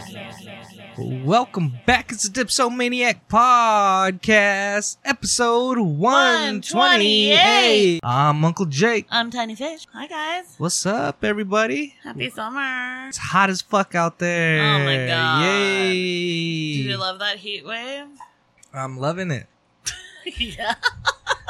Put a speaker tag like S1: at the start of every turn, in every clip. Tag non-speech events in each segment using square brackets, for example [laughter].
S1: Dipsomaniac. Welcome back. It's the Dipsomaniac Podcast, episode 128.
S2: 128.
S1: I'm Uncle Jake.
S2: I'm Tiny Fish. Hi guys.
S1: What's up, everybody?
S2: Happy summer.
S1: It's hot as fuck out there.
S2: Oh my God. Do
S1: Yay.
S2: you love that heat wave?
S1: I'm loving it.
S2: [laughs] yeah.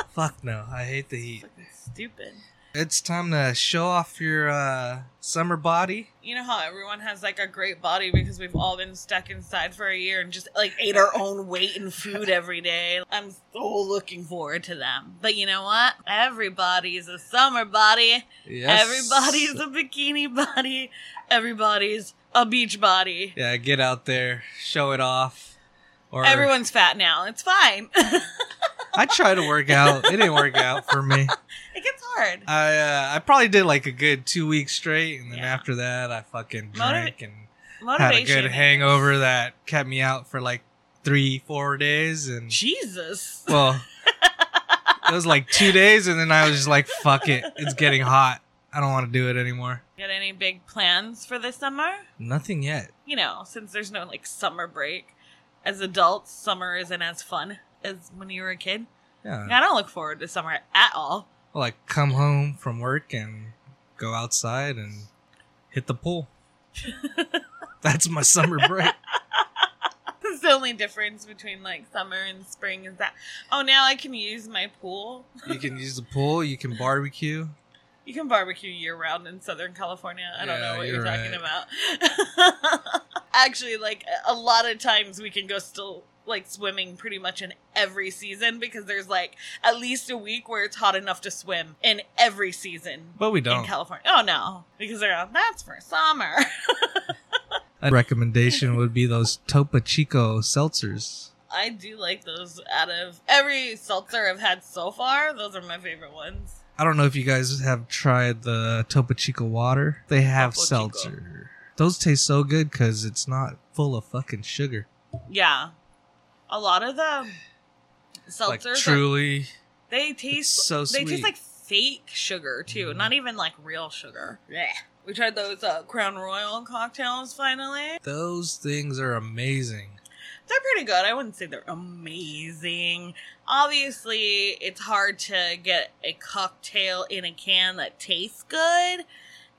S1: Fuck no. I hate the heat.
S2: Fucking stupid.
S1: It's time to show off your uh, summer body.
S2: You know how everyone has like a great body because we've all been stuck inside for a year and just like ate our own weight in [laughs] food every day. I'm so looking forward to them. But you know what? Everybody's a summer body.
S1: Yes.
S2: Everybody's a bikini body. Everybody's a beach body.
S1: Yeah, get out there, show it off. Or
S2: Everyone's fat now. It's fine. [laughs]
S1: I tried to work out. It didn't work out for me.
S2: it gets hard.
S1: I uh, I probably did like a good two weeks straight, and then
S2: Yeah.
S1: after that, I fucking
S2: Motiv-
S1: drank and had a
S2: Motivation.
S1: good hangover that kept me out for like three, four days, and
S2: Jesus.
S1: well,
S2: [laughs]
S1: it was like two days, and then I was just like, "Fuck it, it's getting hot. I don't want to do it anymore."
S2: Got any big plans for the summer?
S1: Nothing yet.
S2: You know, since there's no like summer break. As adults, summer isn't as fun as when you were a kid.
S1: Yeah,
S2: I don't look forward to summer at all. [laughs]
S1: I'll, like come home from work and go outside and hit
S2: [laughs]
S1: the pool. That's my summer break.
S2: That's the only difference between like summer and spring is that oh now I can use my pool.
S1: You can use the pool. You can barbecue.
S2: You can barbecue year round in Southern California. I don't
S1: Yeah,
S2: know what
S1: you're
S2: you're, talking
S1: right.
S2: about. [laughs] Actually, like a lot of times we can go still like swimming pretty much in every season because there's like at least a week where it's hot enough to swim in every season
S1: But we
S2: in
S1: don't.
S2: California. Oh no, because they're all, that's for summer. [laughs]
S1: A recommendation would be those Topo Chico seltzers.
S2: I do like those out of every seltzer I've had so far. Those are my favorite ones.
S1: I don't know if you guys have tried the Topo Chico water. They have
S2: Topo Chico.
S1: seltzer. Those taste so good because it's not full of fucking sugar.
S2: Yeah, a lot of the seltzers
S1: like
S2: are-
S1: truly,
S2: they
S1: it's
S2: taste
S1: so
S2: They
S1: sweet.
S2: taste like fake sugar too,
S1: Mhm.
S2: not even like real sugar. We tried those uh, Crown Royal cocktails finally.
S1: those things are amazing.
S2: They're pretty good. I wouldn't say they're amazing. Obviously, it's hard to get a cocktail in a can that tastes good.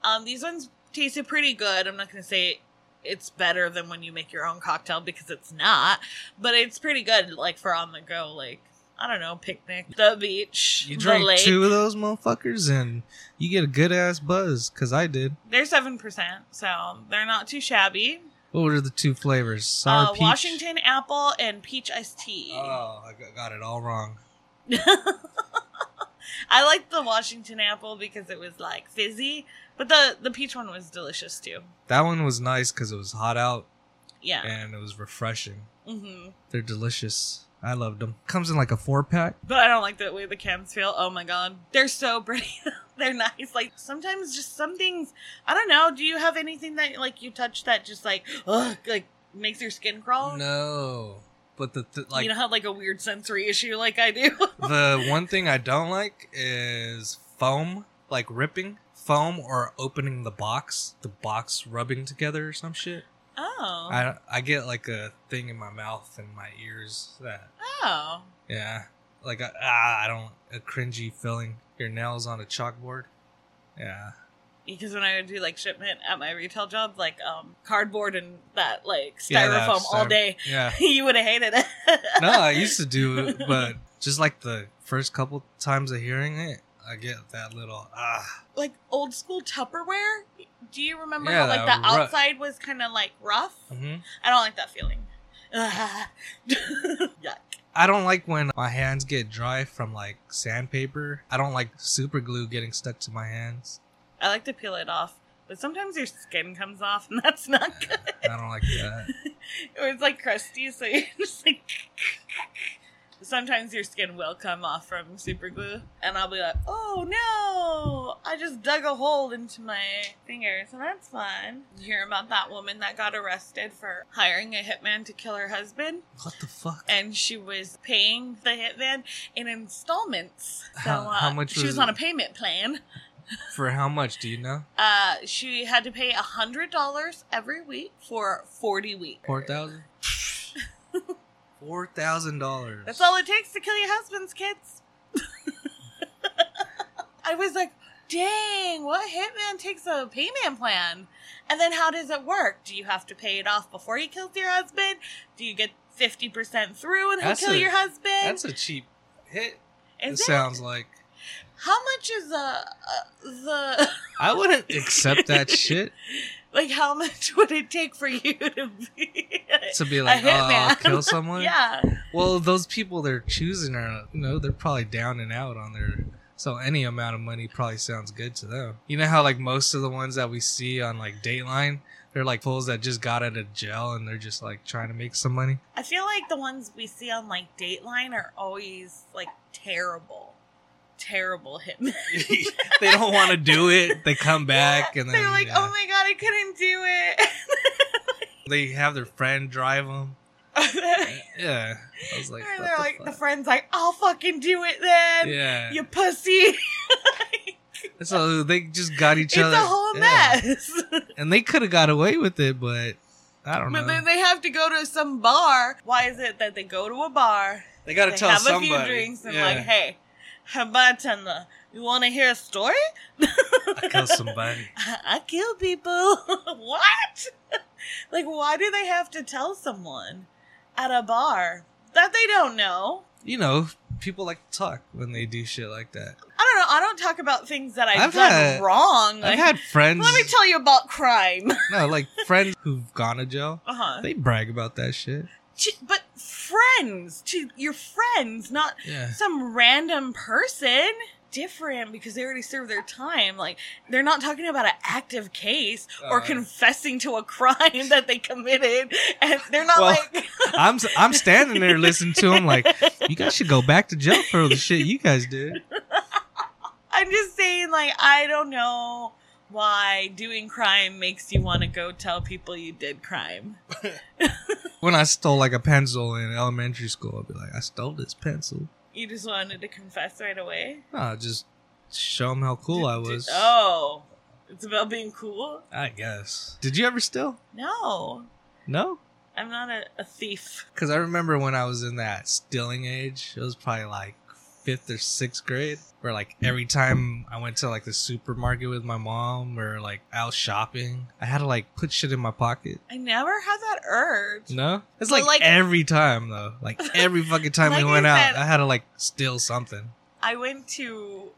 S2: Um, these ones tasted pretty good. I'm not going to say it's better than when you make your own cocktail because it's not, but it's pretty good. Like for on the go, like I don't know, picnic, the beach,
S1: You
S2: the
S1: drink
S2: lake.
S1: two of those motherfuckers and you get a good ass buzz. Cause I did.
S2: They're seven percent, so they're not too shabby.
S1: What were the two flavors? Sour
S2: uh,
S1: peach.
S2: Washington apple and peach iced tea.
S1: Oh, I got- got it all wrong.
S2: [laughs] I liked the Washington apple because it was like fizzy, but the the peach one was delicious too.
S1: That one was nice because it was hot out
S2: Yeah.
S1: and it was refreshing.
S2: hmm
S1: They're delicious. I loved them. Comes in like a four pack.
S2: But I don't like the way the cans feel. Oh my god, they're so pretty. [laughs] they're nice. Like sometimes just some things. I don't know. Do you have anything that like you touch that just like ugh, like makes your skin crawl?
S1: No, but the th-
S2: Oh.
S1: like
S2: you don't have like a weird sensory issue like I do. [laughs]
S1: [laughs] the one thing I don't like is foam, like ripping foam or opening the box, the box rubbing together or some shit.
S2: oh.
S1: I I get like a thing in my mouth and my ears that
S2: oh.
S1: yeah, like I, ah, I don't a cringy feeling. Your nails on a chalkboard. Yeah.
S2: because when I would do like shipment at my retail job, like um cardboard and that like styrofoam
S1: Yeah, that
S2: all
S1: styro-
S2: day,
S1: Yeah.
S2: [laughs] you would have hated it.
S1: no, I used to do it, but just like the first couple times of hearing it, I get that little ah.
S2: [laughs] like old school Tupperware. Do you remember
S1: Yeah,
S2: how like
S1: that
S2: the
S1: ru-
S2: outside was kind of like rough?
S1: hmm
S2: I don't like that feeling. [laughs] Ugh. Yuck.
S1: I don't like when my hands get dry from like sandpaper. I don't like super glue getting stuck to my hands.
S2: I like to peel it off, but sometimes your skin comes off, and [laughs] that's not good.
S1: I don't like that.
S2: Or it's like crusty, so you're [laughs] just like. Sometimes your skin will come off from super glue, and I'll be like, "Oh no, I just dug a hole into my finger, so that's fun." You hear about that woman that got arrested for hiring a hitman to kill her husband,
S1: What the fuck?
S2: and she was paying the hitman in installments. So
S1: How-
S2: uh,
S1: how much
S2: she
S1: was
S2: was on
S1: it?
S2: a payment plan.
S1: For how much do you know?
S2: Uh, she had to pay a hundred dollars every week for forty weeks.
S1: Four thousand. Four thousand dollars.
S2: That's all it takes to kill your husbands, kids. [laughs] I was like, dang, what hitman takes a payment plan? And then how does it work? Do you have to pay it off before he kills your husband? Do you get 50% through and he'll
S1: That's
S2: kill
S1: a-
S2: your husband?
S1: That's a cheap hit.
S2: Is
S1: it
S2: it?
S1: sounds like
S2: How much is uh, uh, the. [laughs]
S1: I wouldn't accept that shit
S2: Like, how much [laughs] would it take for you to be. [laughs]
S1: to be like, oh, I'll
S2: hitman.
S1: kill someone.
S2: yeah.
S1: Well, those people they're choosing are, you know, they're probably down and out on their. So any amount of money probably sounds good to them. You know how like most of the ones that we see on like Dateline, they're like fools that just got out of jail and they're just like trying to make some
S2: [laughs]
S1: money.
S2: I feel like the ones we see on like Dateline are always like terrible, terrible hitmen.
S1: they don't want to do it. They come back and then
S2: they're like,
S1: yeah.
S2: "Oh my god, I couldn't do it." [laughs]
S1: they have their friend drive them. Yeah, I was like,
S2: and
S1: what
S2: they're
S1: the
S2: like, the
S1: fuck?
S2: friend's like, "I'll fucking do it then,
S1: yeah.
S2: you pussy." [laughs]
S1: So they just got each
S2: It's
S1: other.
S2: a whole
S1: yeah.
S2: mess.
S1: And they could have got away with it, but I don't
S2: but
S1: know.
S2: then they have to go to some bar. Why is it that they go to a bar?
S1: They gotta
S2: they
S1: tell
S2: have
S1: somebody.
S2: a few drinks and
S1: yeah.
S2: like, "Hey, bartender, you want to hear a story?" [laughs]
S1: [laughs] I kill somebody.
S2: I I kill people. [laughs] what? [laughs] like, why do they have to tell someone at a bar that they don't know?
S1: You know, people like to talk when they do shit like that.
S2: I don't know. I don't talk about things that I've,
S1: I've
S2: done
S1: had-
S2: wrong. Like, [laughs]
S1: I've had friends.
S2: let me tell you about crime. [laughs]
S1: no, like friends who've gone to jail.
S2: uh-huh.
S1: They brag about that shit.
S2: Ch- but friends, to your friends, not
S1: Yeah.
S2: some random person. Different because they already served their time. Like they're not talking about an active case or
S1: Uh,
S2: confessing to a [laughs] crime that they committed, and they're not
S1: Well,
S2: like.
S1: [laughs]
S2: [laughs]
S1: I'm s- I'm standing there listening to them like you guys should go back to jail for the shit you guys did.
S2: I'm just saying, like, I don't know why doing crime makes you want to go tell people you did crime.
S1: When I stole like a pencil in elementary school, I'd be like, I stole this pencil.
S2: You just wanted to confess right away.
S1: No, just show them how cool I
S2: Did-
S1: was.
S2: Oh, it's about being cool.
S1: I guess. Did you ever steal?
S2: No,
S1: No?
S2: I'm not a, a thief.
S1: Because I remember when I was in that stealing age, it was probably like fifth or sixth grade, where like every time I went to like the supermarket with my mom or like out shopping, I had to like put shit in my pocket.
S2: I never had that urge.
S1: No? It's
S2: Well,
S1: like,
S2: like-
S1: every time though. Like every fucking time
S2: Like
S1: we
S2: I
S1: went out,
S2: said-
S1: I had to like steal something.
S2: I went to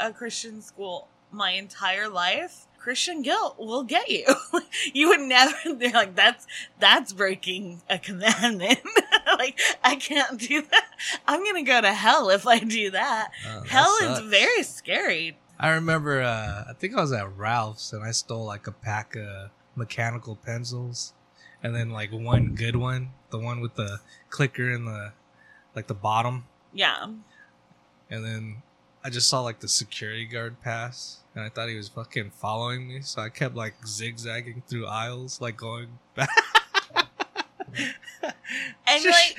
S2: a Christian school my entire life. Christian guilt will get you. [laughs] you would never. [laughs] They're like that's that's breaking a commandment. [laughs] like I can't do that. I'm gonna go to hell if I do that.
S1: Uh, that
S2: hell
S1: sucks.
S2: is very scary.
S1: I remember, uh, I think I was at Ralph's and I stole like a pack of mechanical pencils and then like one good one, the one with the clicker in the like the bottom.
S2: Yeah.
S1: And then I just saw like the security guard pass and I thought he was fucking following me. So I kept like zigzagging through aisles, like going back. [laughs]
S2: And
S1: Just-
S2: like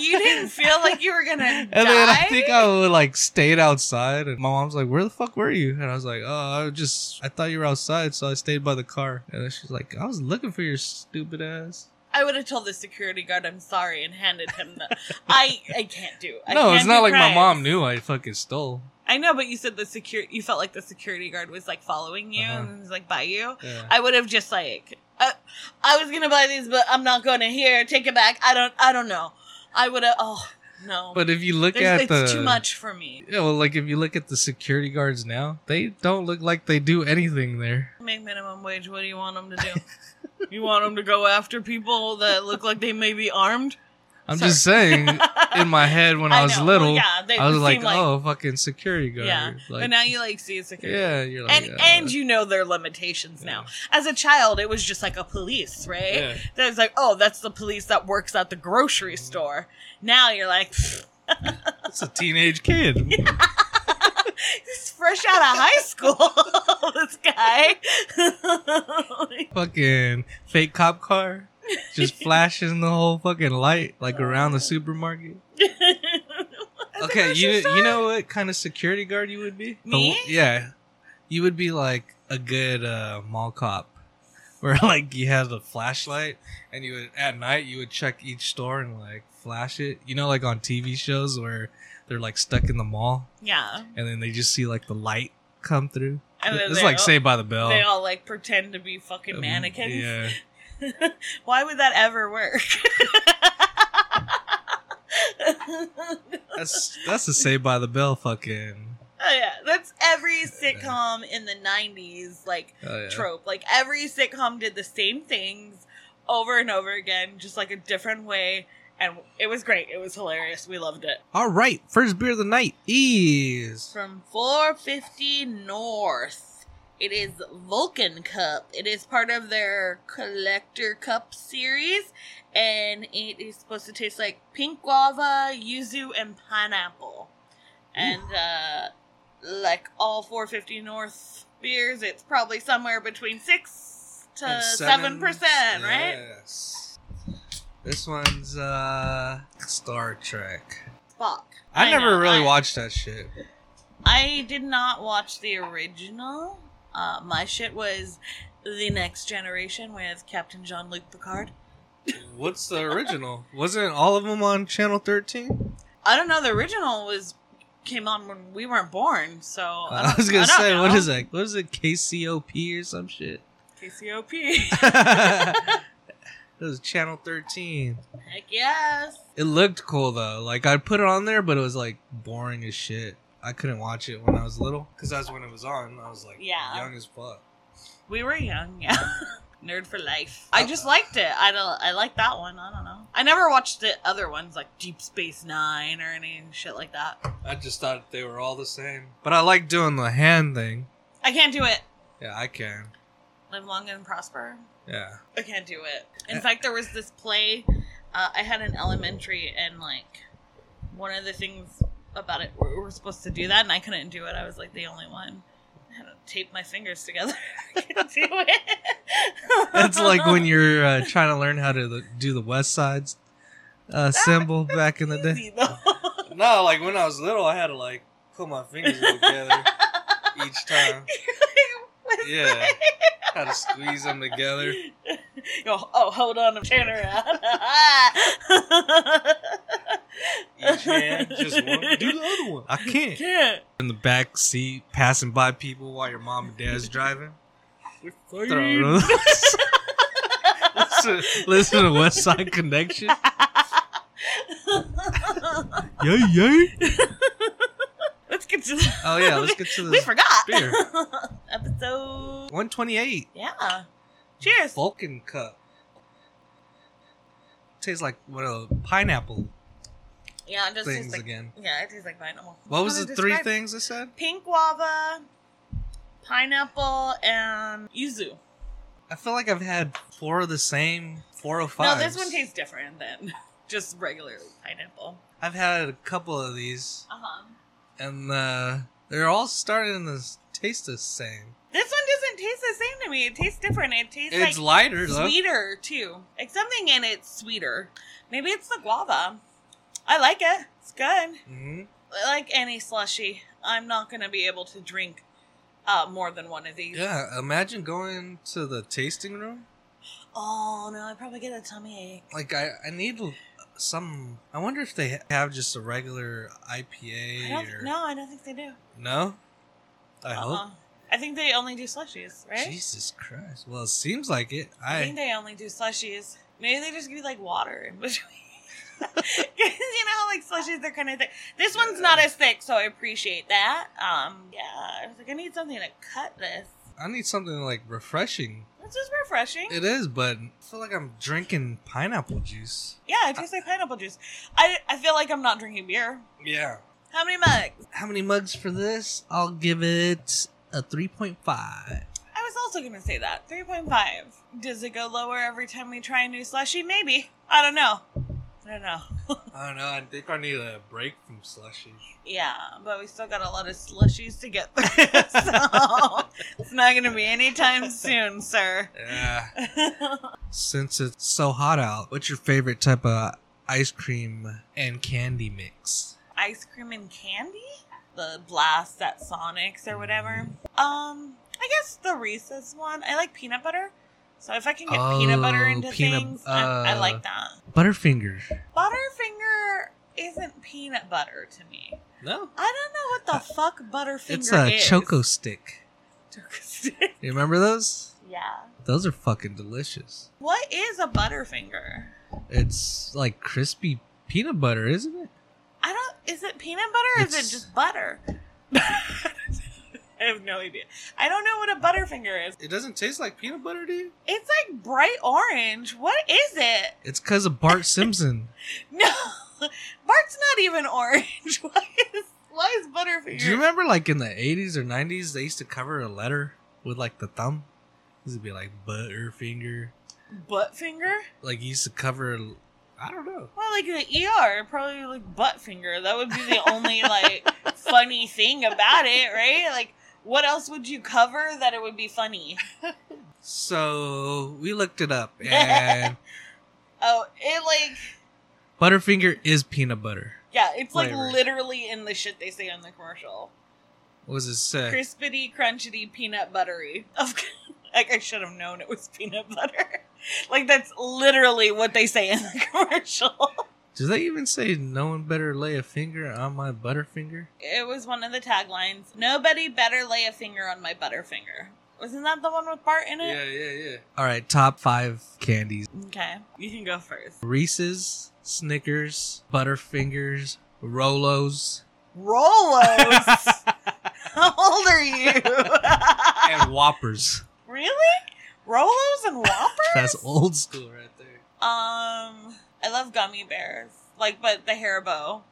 S2: you didn't feel like you were gonna
S1: [laughs] And
S2: die.
S1: then I think I would like stayed outside, and my mom's like, "Where the fuck were you?" And I was like, "Oh, I was just I thought you were outside, so I stayed by the car." And then she's like, "I was looking for your stupid ass."
S2: I would have told the security guard I'm sorry and handed him the. I I can't do. I
S1: no, it's
S2: can't
S1: not
S2: do
S1: like my
S2: crimes.
S1: mom knew I fucking stole.
S2: I know, but you said the secure. You felt like the security guard was like following you
S1: Uh-huh.
S2: and was like by you.
S1: Yeah.
S2: I would have just like, uh, I was gonna buy these, but I'm not going to here. Take it back. I don't. I don't know. I would have. Oh no.
S1: but if you look
S2: There's-
S1: at the
S2: it's too much for me.
S1: Yeah, well, like if you look at the security guards now, they don't look like they do anything there.
S2: Make minimum wage. What do you want them to do? you want them to go after people that look like they may be armed?
S1: I'm
S2: Sir.
S1: just saying.
S2: [laughs]
S1: In my head, when I, was
S2: know. Well,
S1: little,
S2: yeah, they
S1: I was
S2: seem
S1: like, "Oh, fucking security guard!"
S2: Yeah,
S1: like,
S2: but now you like see a security.
S1: yeah, you're like,
S2: And
S1: "Uh,
S2: and you know their limitations now. As a child, it was just like a police, right?
S1: yeah.
S2: That was like, oh, that's the police that works at the grocery store. Now you're like,
S1: It's a teenage
S2: [laughs]
S1: kid.
S2: he's fresh out of high school, [laughs] this [laughs] guy.
S1: fucking fake cop car
S2: [laughs]
S1: just flashing the whole fucking light like around the supermarket. Okay, you you know what kind of security guard you would be? The
S2: Me?
S1: one- yeah. you would be like a good uh, mall cop, [laughs] where like you had a flashlight and you would at night you would check each store and like flash it. You know, like on TV shows where they're like stuck in the mall
S2: Yeah.
S1: and then they just see like the light come through.
S2: And then
S1: It's
S2: they
S1: like
S2: all-
S1: Saved by the Bell.
S2: They all like pretend to be fucking
S1: Um,
S2: mannequins.
S1: Yeah.
S2: [laughs] Why would that ever work? [laughs] oh,
S1: That's that's a Saved by the Bell fucking.
S2: Oh, yeah, that's every sitcom in the 90s like
S1: Oh, yeah.
S2: trope. Like every sitcom did the same things over and over again, just like a different way. And it was great. It was hilarious. We loved it.
S1: All right, first beer of the night is
S2: From 450 North. It is Vulcan Cup. It is part of their Collector Cup series, and it is supposed to taste like pink guava, yuzu, and pineapple. And uh, like all 450 North beers, it's probably somewhere between 6 to
S1: And
S2: 7%, uh, right?
S1: Yes. This one's uh Star Trek.
S2: Fuck.
S1: I,
S2: I
S1: never
S2: know,
S1: really
S2: I-
S1: watched that shit.
S2: I did not watch the original. Uh, my shit was The Next Generation with Captain Jean Luc Picard.
S1: What's the original? Wasn't all of them on Channel 13?
S2: I don't know. The original was came on when we weren't born, so Oh, I,
S1: [laughs] I
S2: don't-
S1: was gonna
S2: don't
S1: say, what
S2: know.
S1: is that? What is it? KCOP or some shit? [laughs]
S2: [laughs] KCOP?
S1: it was Channel 13.
S2: Heck yes.
S1: It looked cool though. Like I put it on there, but it was like boring as shit. I couldn't watch it when I was little because that's when it was on. I was like,
S2: Yeah.
S1: young as fuck.
S2: We were young, yeah. [laughs] Nerd for life. I just liked it. I don't. I like that one. I don't know. I never watched the other ones like Deep Space Nine or any shit like that.
S1: I just thought they were all the same. But I like doing the hand thing.
S2: I can't do it.
S1: Yeah, I can.
S2: Live long and prosper.
S1: Yeah.
S2: [laughs] I can't do it.
S1: Uh,
S2: In fact, there was this play uh, I had in elementary, and like one of the things about it, we were supposed to do that, and I couldn't do it. I was like the only one. I had to tape my fingers together. [laughs] I couldn't
S1: [laughs]
S2: do it.
S1: It's like when
S2: [laughs]
S1: you're uh, trying to learn how to the, do the West Side's uh, symbol back in the day.
S2: Easy, though.
S1: No, like when I was little, I had to like put my fingers together each time. [laughs] Yeah, had to squeeze them together.
S2: [laughs] Yo, oh, hold on, I'm turning around.
S1: Each hand, just one. Do the other one. I can't.
S2: [laughs]
S1: [laughs]
S2: Can't.
S1: in the back seat, passing by people while your mom and dad's driving. Throw them. listen, listen to West Side Connection. [laughs]
S2: [laughs]
S1: Yay, yay.
S2: Let's get to the
S1: Oh, yeah, let's get
S2: [laughs]
S1: to
S2: We
S1: this.
S2: forgot.
S1: beer.
S2: Episode.
S1: 128.
S2: Yeah. Cheers.
S1: Vulcan Cup. Tastes like one of the pineapple
S2: Yeah, it just tastes
S1: things
S2: like.
S1: again.
S2: Yeah, it tastes like pineapple.
S1: What was
S2: How to
S1: the three
S2: describe-
S1: things I said?
S2: Pink guava, pineapple, and yuzu.
S1: I feel like I've had four of the same, four or
S2: No,
S1: five.
S2: this one tastes different than [laughs] just regular pineapple.
S1: I've had a couple of these,
S2: Uh huh.
S1: and uh, they're all starting to taste the same.
S2: This one doesn't taste the same to me. It tastes different. It tastes
S1: It's
S2: like
S1: lighter, though.
S2: sweeter too. Like something in it's sweeter. Maybe it's the guava. I like it. It's good.
S1: Mhm.
S2: Like any slushy, I'm not gonna be able to drink uh, more than one of these.
S1: Yeah, imagine going to the tasting room.
S2: Oh no, I probably get a tummy ache.
S1: Like I, I need some. I wonder if they have just a regular
S2: I
S1: IPA or
S2: don't, no, I don't think they do.
S1: no. I hope.
S2: Uh-uh. I think they only do slushies, right?
S1: Jesus Christ! Well, it seems like it.
S2: I think
S1: I
S2: they only do slushies. Maybe they just give you like water in between. [laughs] Because you know, how, like slushies, they're kind of thick. This one's not as thick, so I appreciate that. Um, yeah, I was like, I need something to cut this.
S1: I need something like refreshing.
S2: This is refreshing.
S1: It is, but I feel like I'm drinking pineapple juice.
S2: yeah, it tastes like pineapple juice. I I feel like I'm not drinking beer.
S1: Yeah.
S2: How many mugs?
S1: How many mugs for this? I'll give it a three point five.
S2: I was also gonna say that three point five. Does it go lower every time we try a new slushie? Maybe. I don't know. I don't know.
S1: I don't know. I think I need a break from slushy. [gasps]
S2: Yeah, but we still got a lot of slushies to get through, [laughs] so it's not going to be anytime soon, sir. [laughs]
S1: Yeah.
S2: I
S1: Since it's so hot out, what's your favorite type of ice cream and candy mix?
S2: Ice cream and candy? the blasts at Sonic's or whatever. Um, I guess the Reese's one. I like peanut butter. So if I can get peanut butter
S1: Oh,
S2: into
S1: peanut-
S2: things, I, I
S1: uh,
S2: like that.
S1: Butterfinger.
S2: Butterfinger isn't peanut butter to me.
S1: No,
S2: I don't know what the fuck Butterfinger
S1: Uh, it's a
S2: is.
S1: choco stick.
S2: Choco stick.
S1: You remember those?
S2: [laughs] yeah.
S1: Those are fucking delicious.
S2: What is a Butterfinger?
S1: It's like crispy peanut butter, isn't it?
S2: I don't. Is it peanut butter or is
S1: It's-
S2: it just butter? [laughs] I have no idea. I don't know what a Butterfinger is.
S1: It doesn't taste like peanut butter, dude.
S2: It's like bright orange. What is it? [laughs]
S1: It's because of [laughs] Bart Simpson.
S2: No, Bart's not even orange. [laughs] Why is why is
S1: Do
S2: Butterfinger?
S1: you remember, like in the '80s or '90s, they used to cover a letter with like the thumb? This would be like Butterfinger.
S2: Buttfinger?
S1: Like you used to cover. I don't know.
S2: Well, like the ER, probably like Buttfinger. That would be the only like funny thing about it, right? Like, what else would you cover that it would be funny?
S1: So we looked it up,
S2: [laughs]
S1: and
S2: Oh, it like
S1: Butterfinger is peanut butter.
S2: yeah, it's like
S1: Flavor.
S2: literally in the shit they say on the commercial.
S1: What does it say?
S2: crispity, crunchity, peanut buttery. [laughs] Of like I should have known it was peanut butter. [laughs] Like that's literally what they say in the [laughs] commercial.
S1: Does they even say no one better lay a finger on my Butterfinger?
S2: It was one of the taglines. Nobody better lay a finger on my butterfinger. Wasn't that the one with Bart in it?
S1: yeah, yeah. All right, top five candies:
S2: Okay, you can go first.
S1: Reese's, Snickers, Butterfingers, Rolos,
S2: Rolos. [laughs] How old are you?
S1: [laughs] and Whoppers.
S2: [laughs] really? Rolos and Whoppers?
S1: That's old school right there.
S2: Um, I love gummy bears. Like, but the Haribo,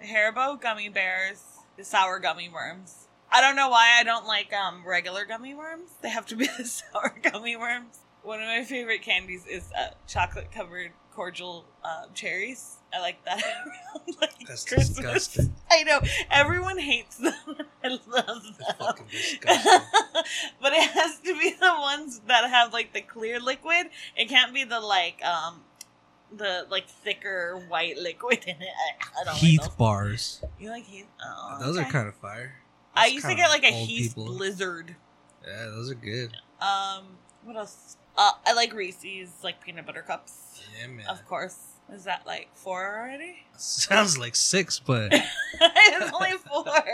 S2: the Haribo gummy bears, the sour gummy worms. I don't know why I don't like um regular gummy worms. They have to be [laughs] the sour gummy worms. One of my favorite candies is uh, chocolate covered cordial uh, cherries. I like that [laughs] around like
S1: That's
S2: Christmas.
S1: disgusting.
S2: I know everyone hates them. [laughs] I love them.
S1: That's
S2: [laughs]
S1: fucking disgusting.
S2: but it has to be the ones that have like the clear liquid. It can't be the like um the like thicker white liquid in it. [laughs] I, I don't
S1: Heath
S2: like those.
S1: bars.
S2: You like Heath? Oh,
S1: Those
S2: okay.
S1: are kind of fire.
S2: I
S1: That's
S2: used to
S1: kinda
S2: get like a
S1: old
S2: Heath
S1: people.
S2: Blizzard.
S1: Yeah, those are good.
S2: Um, what else? Uh, I like Reese's like peanut butter cups.
S1: Yeah, man.
S2: Of course. Is that like four already?
S1: Sounds like six,
S2: [laughs]
S1: but
S2: it's only four.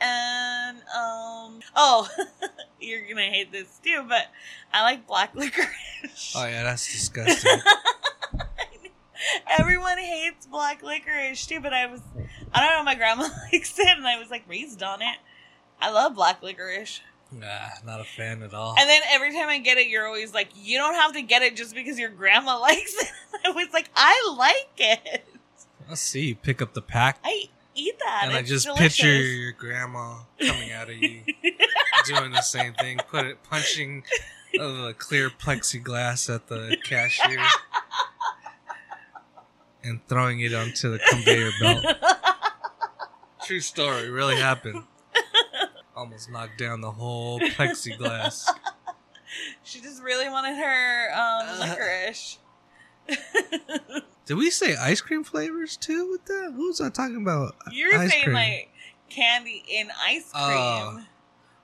S2: And um oh, [laughs] you're gonna hate this too, but I like black [laughs] licorice.
S1: oh yeah, that's disgusting.
S2: [laughs] Everyone hates black licorice too, but I was I don't know, my grandma [laughs] likes it and I was like raised on it. I love black licorice.
S1: nah, not a fan at all.
S2: And then every time I get it, you're always like, you don't have to get it just because your grandma [laughs] likes it. I was like, I like it.
S1: I see you pick up the pack,
S2: I eat that.
S1: and I
S2: It's
S1: just
S2: delicious.
S1: picture your grandma coming out of you,
S2: [laughs]
S1: doing the same thing, put it punching uh, the clear plexiglass at the cashier, and throwing it onto the conveyor belt. True story, really happened. Almost knocked down the whole plexiglass.
S2: She just really wanted her um,
S1: Uh.
S2: licorice. [laughs]
S1: Did we say ice cream flavors too with that? Who was I talking about?
S2: You were
S1: Ice
S2: saying
S1: cream.
S2: like candy in ice
S1: Oh.
S2: cream.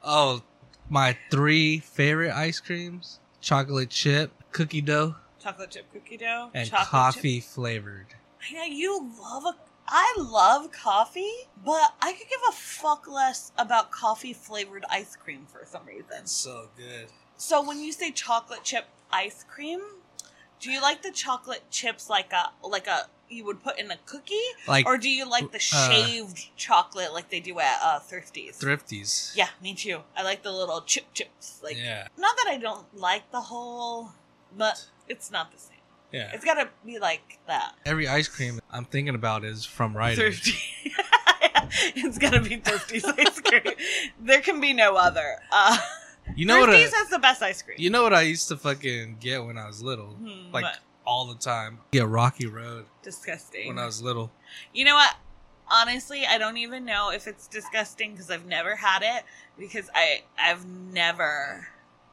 S1: Oh, my three favorite ice creams: chocolate chip, cookie dough,
S2: chocolate chip cookie dough
S1: and
S2: chocolate Chip.
S1: coffee flavored.
S2: I know you love a. I love coffee, but I could give a fuck less about coffee flavored ice cream for some reason.
S1: so good.
S2: So when you say chocolate chip ice cream, do you like the chocolate chips like a like a you would put in a cookie,
S1: Like
S2: or do you like the
S1: uh,
S2: shaved chocolate like they do at uh, Thrifties?
S1: thrifties.
S2: Yeah, me too. I like the little chip chips. Like,
S1: yeah,
S2: not that I don't like the whole, but it's not the same.
S1: yeah.
S2: It's gotta be like that.
S1: Every ice cream I'm thinking about is from Rite Aid.
S2: Thrifty. [laughs] it's gotta be Thrifty's
S1: [laughs]
S2: ice cream. There can be no other. Uh,
S1: You know what?
S2: Thrifty's
S1: I,
S2: has the best ice cream.
S1: you know what I used to fucking get when I was little,
S2: Hmm,
S1: like
S2: but
S1: all the time. Yeah, Rocky Road
S2: disgusting.
S1: when I was little.
S2: You know what? Honestly, I don't even know if it's disgusting because I've never had it because I I've never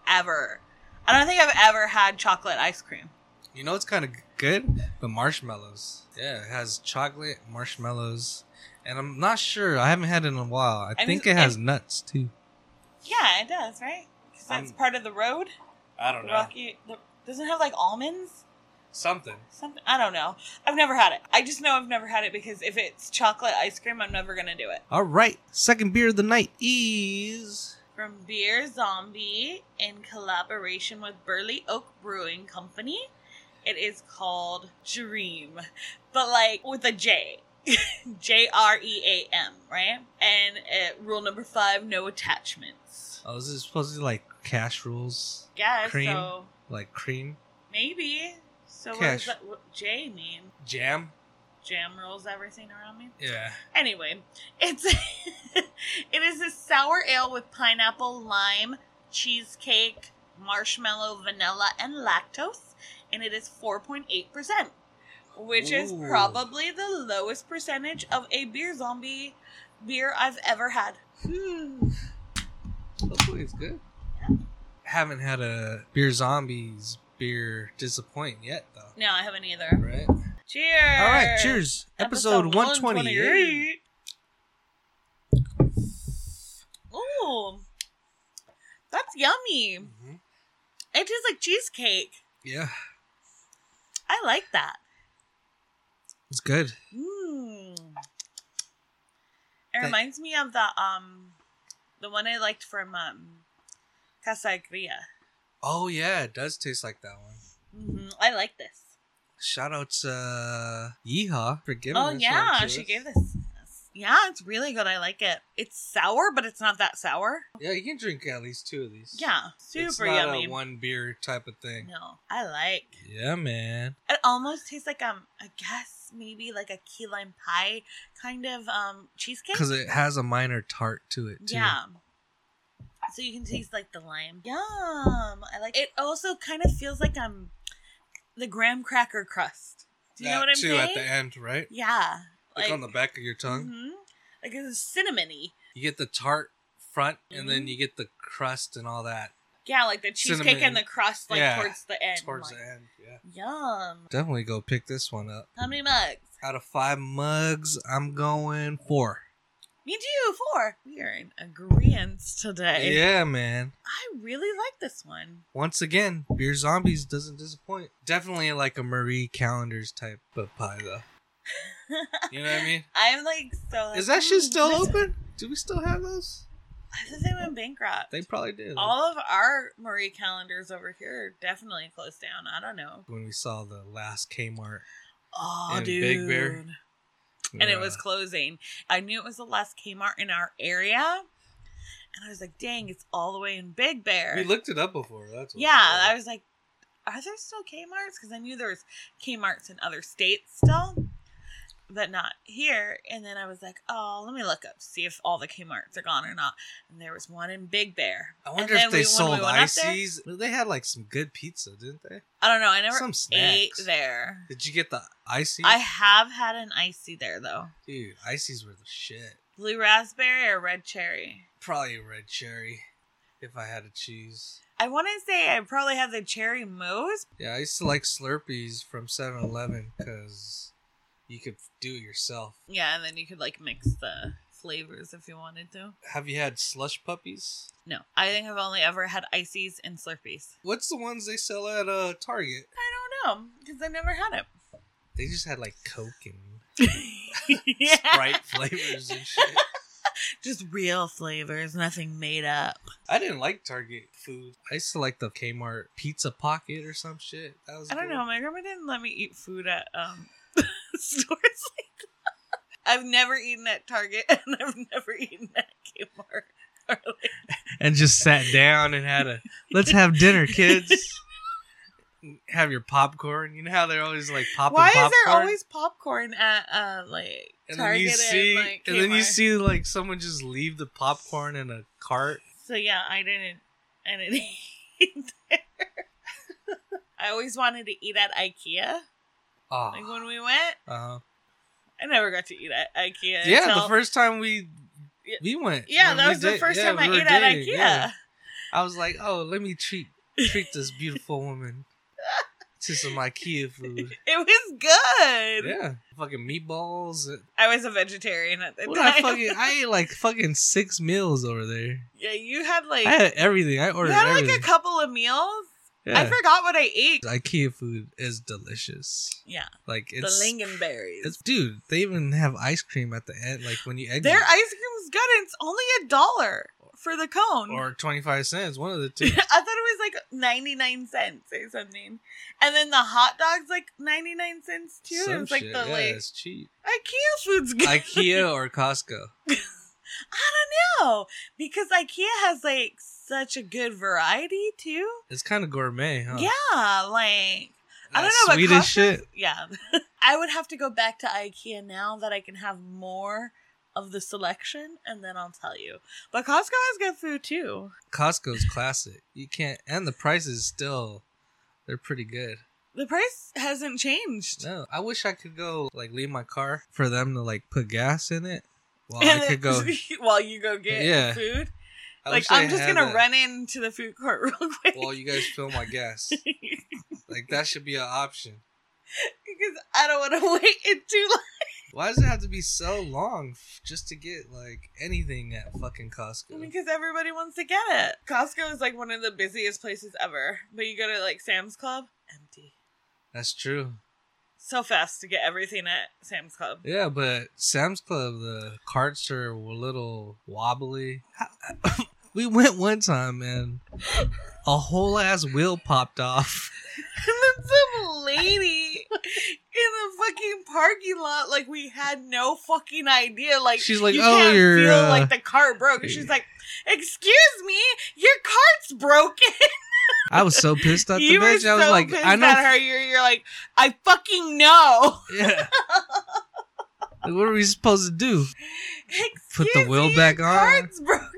S2: ever I don't think I've ever had chocolate ice cream.
S1: You know it's kind of good, the marshmallows. Yeah, it has chocolate, marshmallows, and I'm not sure. I haven't had it in a while. I,
S2: I
S1: think
S2: mean,
S1: it has nuts too.
S2: Yeah, it does, right? 'Cause that's
S1: Um,
S2: part of the road.
S1: I
S2: The
S1: don't know.
S2: Rocky the, doesn't it have like almonds.
S1: Something.
S2: Something I don't know. I've never had it. I just know I've never had it because if it's chocolate ice cream, I'm never gonna do it.
S1: All right. Second beer of the night is
S2: From Beer Zombie in collaboration with Burley Oak Brewing Company, it is called Dream, but like with a J. [laughs] J R E A M, right? And uh, rule number five no attachments.
S1: Oh, is it supposed to be like cash rules?
S2: Yeah,
S1: Cream.
S2: so
S1: Like cream?
S2: maybe. So, what
S1: Cash.
S2: does that what J mean?
S1: Jam?
S2: Jam rolls everything around me?
S1: Yeah.
S2: Anyway, it's [laughs] it is a sour ale with pineapple, lime, cheesecake, marshmallow, vanilla, and lactose, and it is 4.8%, which is
S1: Ooh.
S2: probably the lowest percentage of a beer zombie beer I've ever had.
S1: Hmm. Hopefully it's good. Haven't had a beer zombies beer disappoint yet though.
S2: No, I haven't either.
S1: Right?
S2: Cheers!
S1: All right, cheers. Episode, 128.
S2: Ooh, that's yummy.
S1: Mhm.
S2: It tastes like cheesecake.
S1: Yeah,
S2: I like that.
S1: it's good.
S2: Mmm. It
S1: That-
S2: reminds me of the um, the one I liked from um, Casa Agria.
S1: Oh yeah, it does taste like that one.
S2: hmm I like this.
S1: Shout out to uh, Yeehaw for giving
S2: oh
S1: this
S2: yeah,
S1: one to
S2: she
S1: us.
S2: gave this. Yeah, it's really good. I like it. It's sour, but it's not that sour.
S1: Yeah, you can drink at least two of these.
S2: Yeah, super
S1: it's not
S2: yummy.
S1: A one beer type of thing.
S2: no, I like.
S1: Yeah, man.
S2: It almost tastes like um, I guess maybe like a key lime pie kind of um cheesecake.
S1: Because it has a minor tart to it too.
S2: Yeah. So you can taste like the lime. Yum! I like it. Also, kind of feels like um, the graham cracker crust. Do you know
S1: That
S2: what I'm
S1: too
S2: saying?
S1: at the end, right?
S2: Yeah.
S1: Like, on the back of your tongue.
S2: mhm. Like it's cinnamony.
S1: You get the tart front, and then
S2: Mhm.
S1: you get the crust and all that
S2: Yeah, like the cheesecake
S1: Cinnamon.
S2: and the crust, like
S1: Yeah.
S2: towards the end.
S1: towards
S2: like,
S1: the end. Yeah.
S2: Yum!
S1: Definitely go pick this one up.
S2: How many mugs?
S1: Out of five mugs, I'm going four.
S2: Me too. Four. We are in agreement today.
S1: Yeah, man.
S2: I really like this one.
S1: Once again, beer zombies doesn't disappoint. Definitely like a Marie Callender's type of pie, though. You know what I mean?
S2: [laughs] I'm like so. Like,
S1: Is that shit
S2: mm,
S1: still
S2: this-
S1: open? Do we still have those?
S2: I thought they went bankrupt.
S1: They probably did.
S2: All of our Marie calendars over here are definitely closed down. I don't know.
S1: when we saw the last Kmart,
S2: Oh,
S1: And
S2: dude.
S1: Big Bear?
S2: And
S1: uh,
S2: it was closing. I knew it was the last Kmart in our area. And I was like, dang, it's all the way in Big Bear.
S1: We looked it up before. That's what
S2: yeah, I was like, are there still Kmarts? Because I knew there was Kmarts in other states still, but not here. And then I was like, oh, let me look up, see if all the Kmarts are gone or not. And there was one in Big Bear.
S1: I
S2: And
S1: wonder
S2: then
S1: if
S2: we- when
S1: they
S2: we
S1: sold
S2: went up there-
S1: ices. They had like some good pizza, didn't they?
S2: I don't know. I never
S1: Some
S2: ate
S1: snacks.
S2: there.
S1: Did you get the ices?
S2: I have had an icy there though.
S1: Dude, ices were the shit.
S2: Blue raspberry or red cherry?
S1: Probably a red cherry, if I had to choose.
S2: I want to say I probably had the cherry mousse.
S1: Yeah, I used to like Slurpees from 7-Eleven because you could do it yourself.
S2: Yeah, and then you could like mix the flavors if you wanted to.
S1: Have you had slush puppies?
S2: No, I think I've only ever had ices and Slurpees.
S1: What's the ones they sell at uh, Target?
S2: I don't know because I never had [laughs] it.
S1: They just had like Coke and
S2: yeah,
S1: Sprite flavors and shit.
S2: Just real flavors, nothing made up.
S1: I didn't like Target food. I used to like the Kmart pizza pocket or some shit. That was
S2: I don't
S1: good.
S2: know. My grandma didn't let me eat food at um [laughs] stores like that. I've never eaten at Target [laughs] and I've never eaten at Kmart. Or like,
S1: And just sat down and had a let's have dinner, kids. have your popcorn. You know how they're always like popping
S2: why
S1: popcorn.
S2: is there always popcorn at uh like
S1: and then
S2: Target
S1: you see,
S2: and like Kmart?
S1: and then you see like someone just leave the popcorn in a cart.
S2: So yeah, I didn't. I didn't [laughs] eat there. [laughs] I always wanted to eat at IKEA.
S1: Oh,
S2: Like when we went,
S1: uh-huh.
S2: I never got to eat at IKEA.
S1: yeah.
S2: until-
S1: the first time we
S2: Yeah.
S1: we went,
S2: yeah,
S1: when
S2: that
S1: we
S2: was the
S1: did-
S2: first
S1: yeah,
S2: time
S1: we
S2: I
S1: were
S2: ate at IKEA.
S1: dating, yeah. I was like, oh, let me treat treat this beautiful woman to some IKEA food.
S2: It was good.
S1: Yeah, fucking meatballs.
S2: I was a vegetarian at the
S1: What
S2: time.
S1: I fucking I ate like fucking six meals over there.
S2: [laughs] yeah, you had like
S1: I had everything. I
S2: you
S1: ordered
S2: had like
S1: everything.
S2: a couple of meals. I
S1: yeah.
S2: forgot what I ate.
S1: IKEA food is delicious.
S2: Yeah,
S1: Like
S2: the
S1: it's
S2: lingonberries.
S1: It's dude, they even have ice cream at the end, like when you exit,
S2: Their ice cream's good. And it's only a dollar for the cone.
S1: or twenty five cents, one of
S2: [laughs]
S1: the
S2: I
S1: two.
S2: thought it was like ninety nine cents or something, and then the hot dogs like ninety nine cents too.
S1: Some
S2: it was like
S1: shit,
S2: the
S1: yeah,
S2: like
S1: it's cheap.
S2: IKEA food's good.
S1: IKEA or Costco.
S2: I don't know Oh, because IKEA has like such a good variety too.
S1: It's kind of gourmet, huh?
S2: Yeah, like I
S1: That
S2: don't know about
S1: Swedish
S2: Costco's-
S1: shit.
S2: Yeah, [laughs] I would have to go back to IKEA now that I can have more of the selection, and then I'll tell you. But Costco has good food too.
S1: Costco's classic. You can't, and the prices still, they're pretty good.
S2: The price hasn't changed.
S1: No, I wish I could go like leave my car for them to like put gas in it. Well,
S2: And [laughs]
S1: I could go.
S2: while you go get
S1: Yeah.
S2: food.
S1: I
S2: like
S1: wish I
S2: I'm just
S1: had
S2: gonna
S1: that.
S2: run into the food court [laughs] real quick.
S1: Well, you guys fill my
S2: [laughs]
S1: gas. like that should be an option.
S2: because I don't want to [laughs] wait it too long.
S1: Why does it have to be so long f- just to get like anything at fucking Costco?
S2: Because everybody wants to get it. Costco is like one of the busiest places ever. But you go to like Sam's Club, empty.
S1: That's true.
S2: So fast to get everything at Sam's Club. [laughs]
S1: Yeah, but Sam's Club, the carts are a little wobbly. [coughs] we went one time and a whole ass wheel popped off.
S2: And then some lady in the fucking parking lot, like we had no fucking idea. Like
S1: She's like,
S2: you
S1: "Oh,
S2: can't
S1: your,
S2: feel
S1: uh,
S2: like the cart broke. And she's like, excuse me, your cart's broken.
S1: I was so
S2: [laughs]
S1: pissed at the
S2: you were
S1: bitch. I was
S2: so
S1: like,
S2: pissed
S1: I know.
S2: at her. You're, you're like, I fucking know.
S1: [laughs]
S2: [laughs]
S1: Yeah. Like, what are we supposed to do?
S2: Excuse
S1: wheel
S2: me,
S1: back
S2: your
S1: on.
S2: Cards [laughs] broken.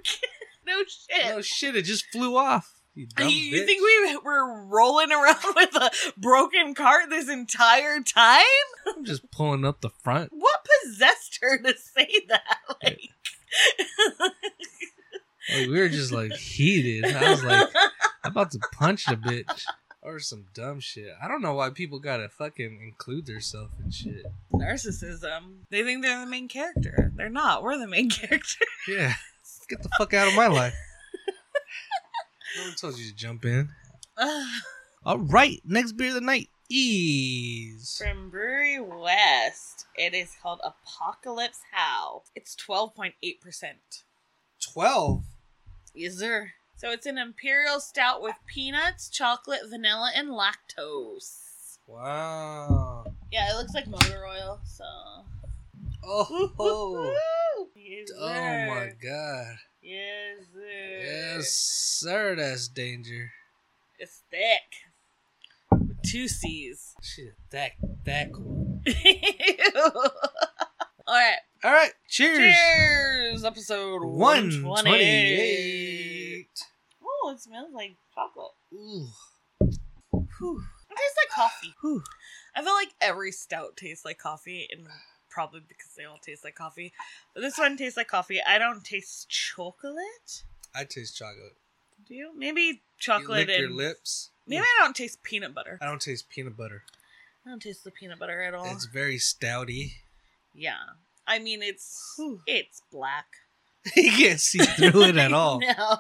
S2: no
S1: Oh
S2: shit.
S1: shit! It just flew off. You dumb
S2: you, you
S1: bitch.
S2: think we [laughs] were rolling around [laughs] with a broken cart this entire time?
S1: I'm just pulling up the front.
S2: What possessed her to say that? [laughs] Like,
S1: Like, we were just like heated. I was like, I'm about to punch the bitch or some dumb shit. I don't know why people gotta fucking include themselves in shit.
S2: [laughs] narcissism. They think they're the main character. They're not. We're the main [laughs] character.
S1: Yeah, [laughs] get the fuck out of
S2: [laughs]
S1: my life. No one told you to jump in. All right, next beer of the night is
S2: From Brewery West, it is called Apocalypse How. It's 12.8%.
S1: twelve.
S2: Yes, sir. So it's an imperial stout with peanuts, chocolate, vanilla, and lactose.
S1: Wow.
S2: Yeah, it looks like motor oil, so.
S1: Oh, [laughs] oh
S2: Woo! Yes, sir.
S1: my god.
S2: Yes, sir.
S1: Yes, sir. That's danger.
S2: It's thick. With two C's. [laughs]
S1: Shit, that that cool.
S2: All right.
S1: All right, cheers.
S2: Cheers. Episode 128.
S1: 128.
S2: Oh, it smells like chocolate.
S1: Ooh.
S2: Whew. It tastes like coffee.
S1: [sighs] Whew.
S2: I feel like every stout tastes like coffee, and probably because they all taste like coffee. But this one tastes like coffee. I don't taste chocolate.
S1: I taste chocolate.
S2: Do you? Maybe
S1: You lick
S2: chocolate
S1: your
S2: and
S1: lips.
S2: maybe I don't taste peanut butter.
S1: I don't taste peanut butter.
S2: I don't taste the peanut butter at all. [laughs]
S1: It's very stouty. [laughs]
S2: Yeah, I mean it's
S1: Whew.
S2: it's
S1: [laughs]
S2: black.
S1: you can't see through it at
S2: [laughs]
S1: all.
S2: no,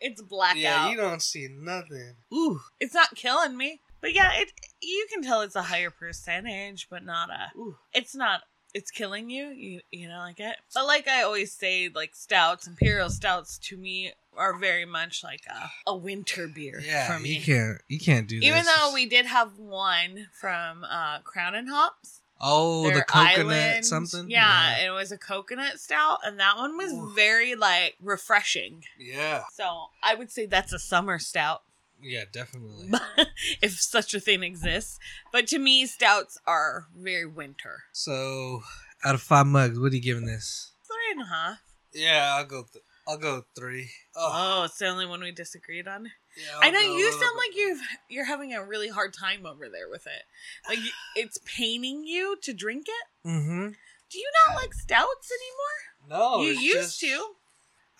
S2: it's blackout.
S1: Yeah, you don't see nothing. Ooh,
S2: it's not killing me. But yeah, it you can tell it's a higher percentage, but not a
S1: ooh.
S2: it's not it's killing you you you know like it but like i always say like stouts imperial stouts to me are very much like a, a winter beer
S1: Yeah,
S2: for me
S1: you can't. You can't do.
S2: even
S1: this.
S2: though we did have one from uh crown and hops
S1: oh the
S2: their
S1: coconut
S2: island.
S1: something.
S2: yeah, it was a coconut stout and that one was
S1: Oof.
S2: very like refreshing
S1: yeah,
S2: so i would say that's a summer stout
S1: yeah, definitely.
S2: [laughs] if such a thing exists but to me stouts are very winter
S1: So, out of five mugs, what are you giving this?
S2: three and a half
S1: Yeah, I'll go. Th- I'll go three. Oh,
S2: Oh, it's the only one we disagreed on.
S1: yeah,
S2: I know you sound like you've you're having a really hard time over there with it. Like
S1: [sighs]
S2: y- it's paining you to drink it.
S1: Mm-hmm.
S2: Do you
S1: [sighs]
S2: not like stouts anymore?
S1: No,
S2: you
S1: Oh, it's
S2: used
S1: just-
S2: to.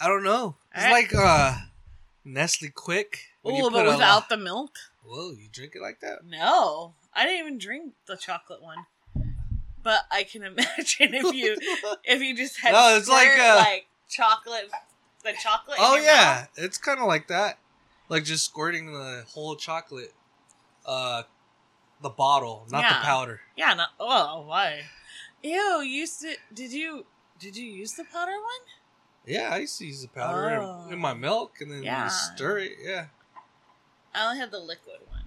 S1: I don't know. It's
S2: Alright.
S1: like uh, Nestle Quick. When you
S2: Oh,
S1: put
S2: but
S1: a
S2: without
S1: lot-
S2: the milk.
S1: Whoa, you drink it like that?
S2: No, I didn't even drink the chocolate one. But I can [laughs] imagine if
S1: [laughs]
S2: you if you just had
S1: No, it's like,
S2: squirt,
S1: uh,
S2: like chocolate, the [laughs] chocolate. in
S1: oh
S2: your
S1: yeah, it's kind of like that, like just squirting the whole chocolate, uh, the bottle, not
S2: Yeah.
S1: the powder.
S2: Yeah, no, oh why? Ew, you used to did you did you use the powder one?
S1: Yeah, I used to use the powder in-
S2: Oh.
S1: in my milk, and then
S2: Yeah.
S1: you stir it. Yeah.
S2: I only had the liquid one.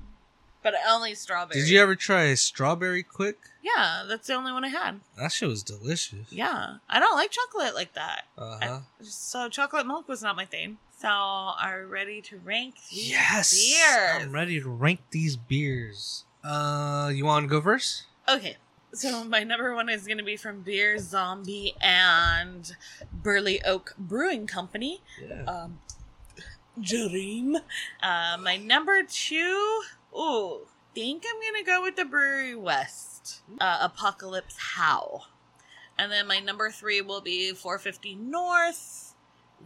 S2: But only strawberry.
S1: Did you ever try a strawberry quick?
S2: Yeah, that's the only one I had.
S1: That shit was delicious.
S2: Yeah. I don't like chocolate like that.
S1: Uh huh.
S2: So chocolate milk was not my thing. So are we ready to rank these
S1: Yes.
S2: beers?
S1: I'm ready to rank these beers. Uh, you want to go first?
S2: Okay. So my number one is going to be from Beer Zombie and Burley Oak Brewing Company.
S1: Yeah.
S2: Um, dream. Uh, my number two. Ooh, think I'm going to go with the Brewery West uh, Apocalypse How. And then my number three will be 450 North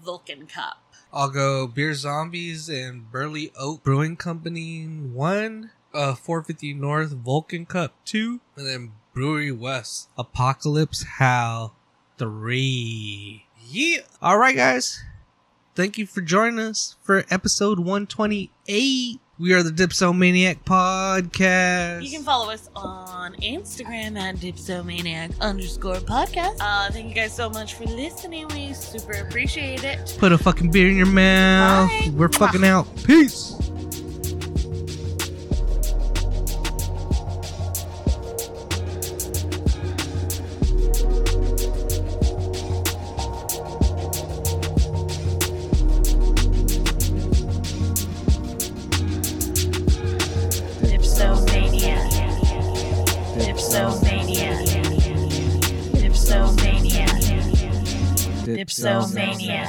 S2: Vulcan Cup.
S1: I'll go Beer Zombies and Burley Oak Brewing Company one, uh, 450 North Vulcan Cup two, and then Brewery West Apocalypse Hal three. Yeah. All right, guys. Thank you for joining us for episode 128. We are the Dipsomaniac Podcast.
S2: You can follow us on Instagram at dipsomaniac underscore podcast. Uh, thank you guys so much for listening. We super appreciate it.
S1: Put a fucking beer in your mouth.
S2: Bye.
S1: We're fucking out. Peace.
S2: Dipsomaniac. Dipsomaniac. Dipsomaniac. Dipsomaniac.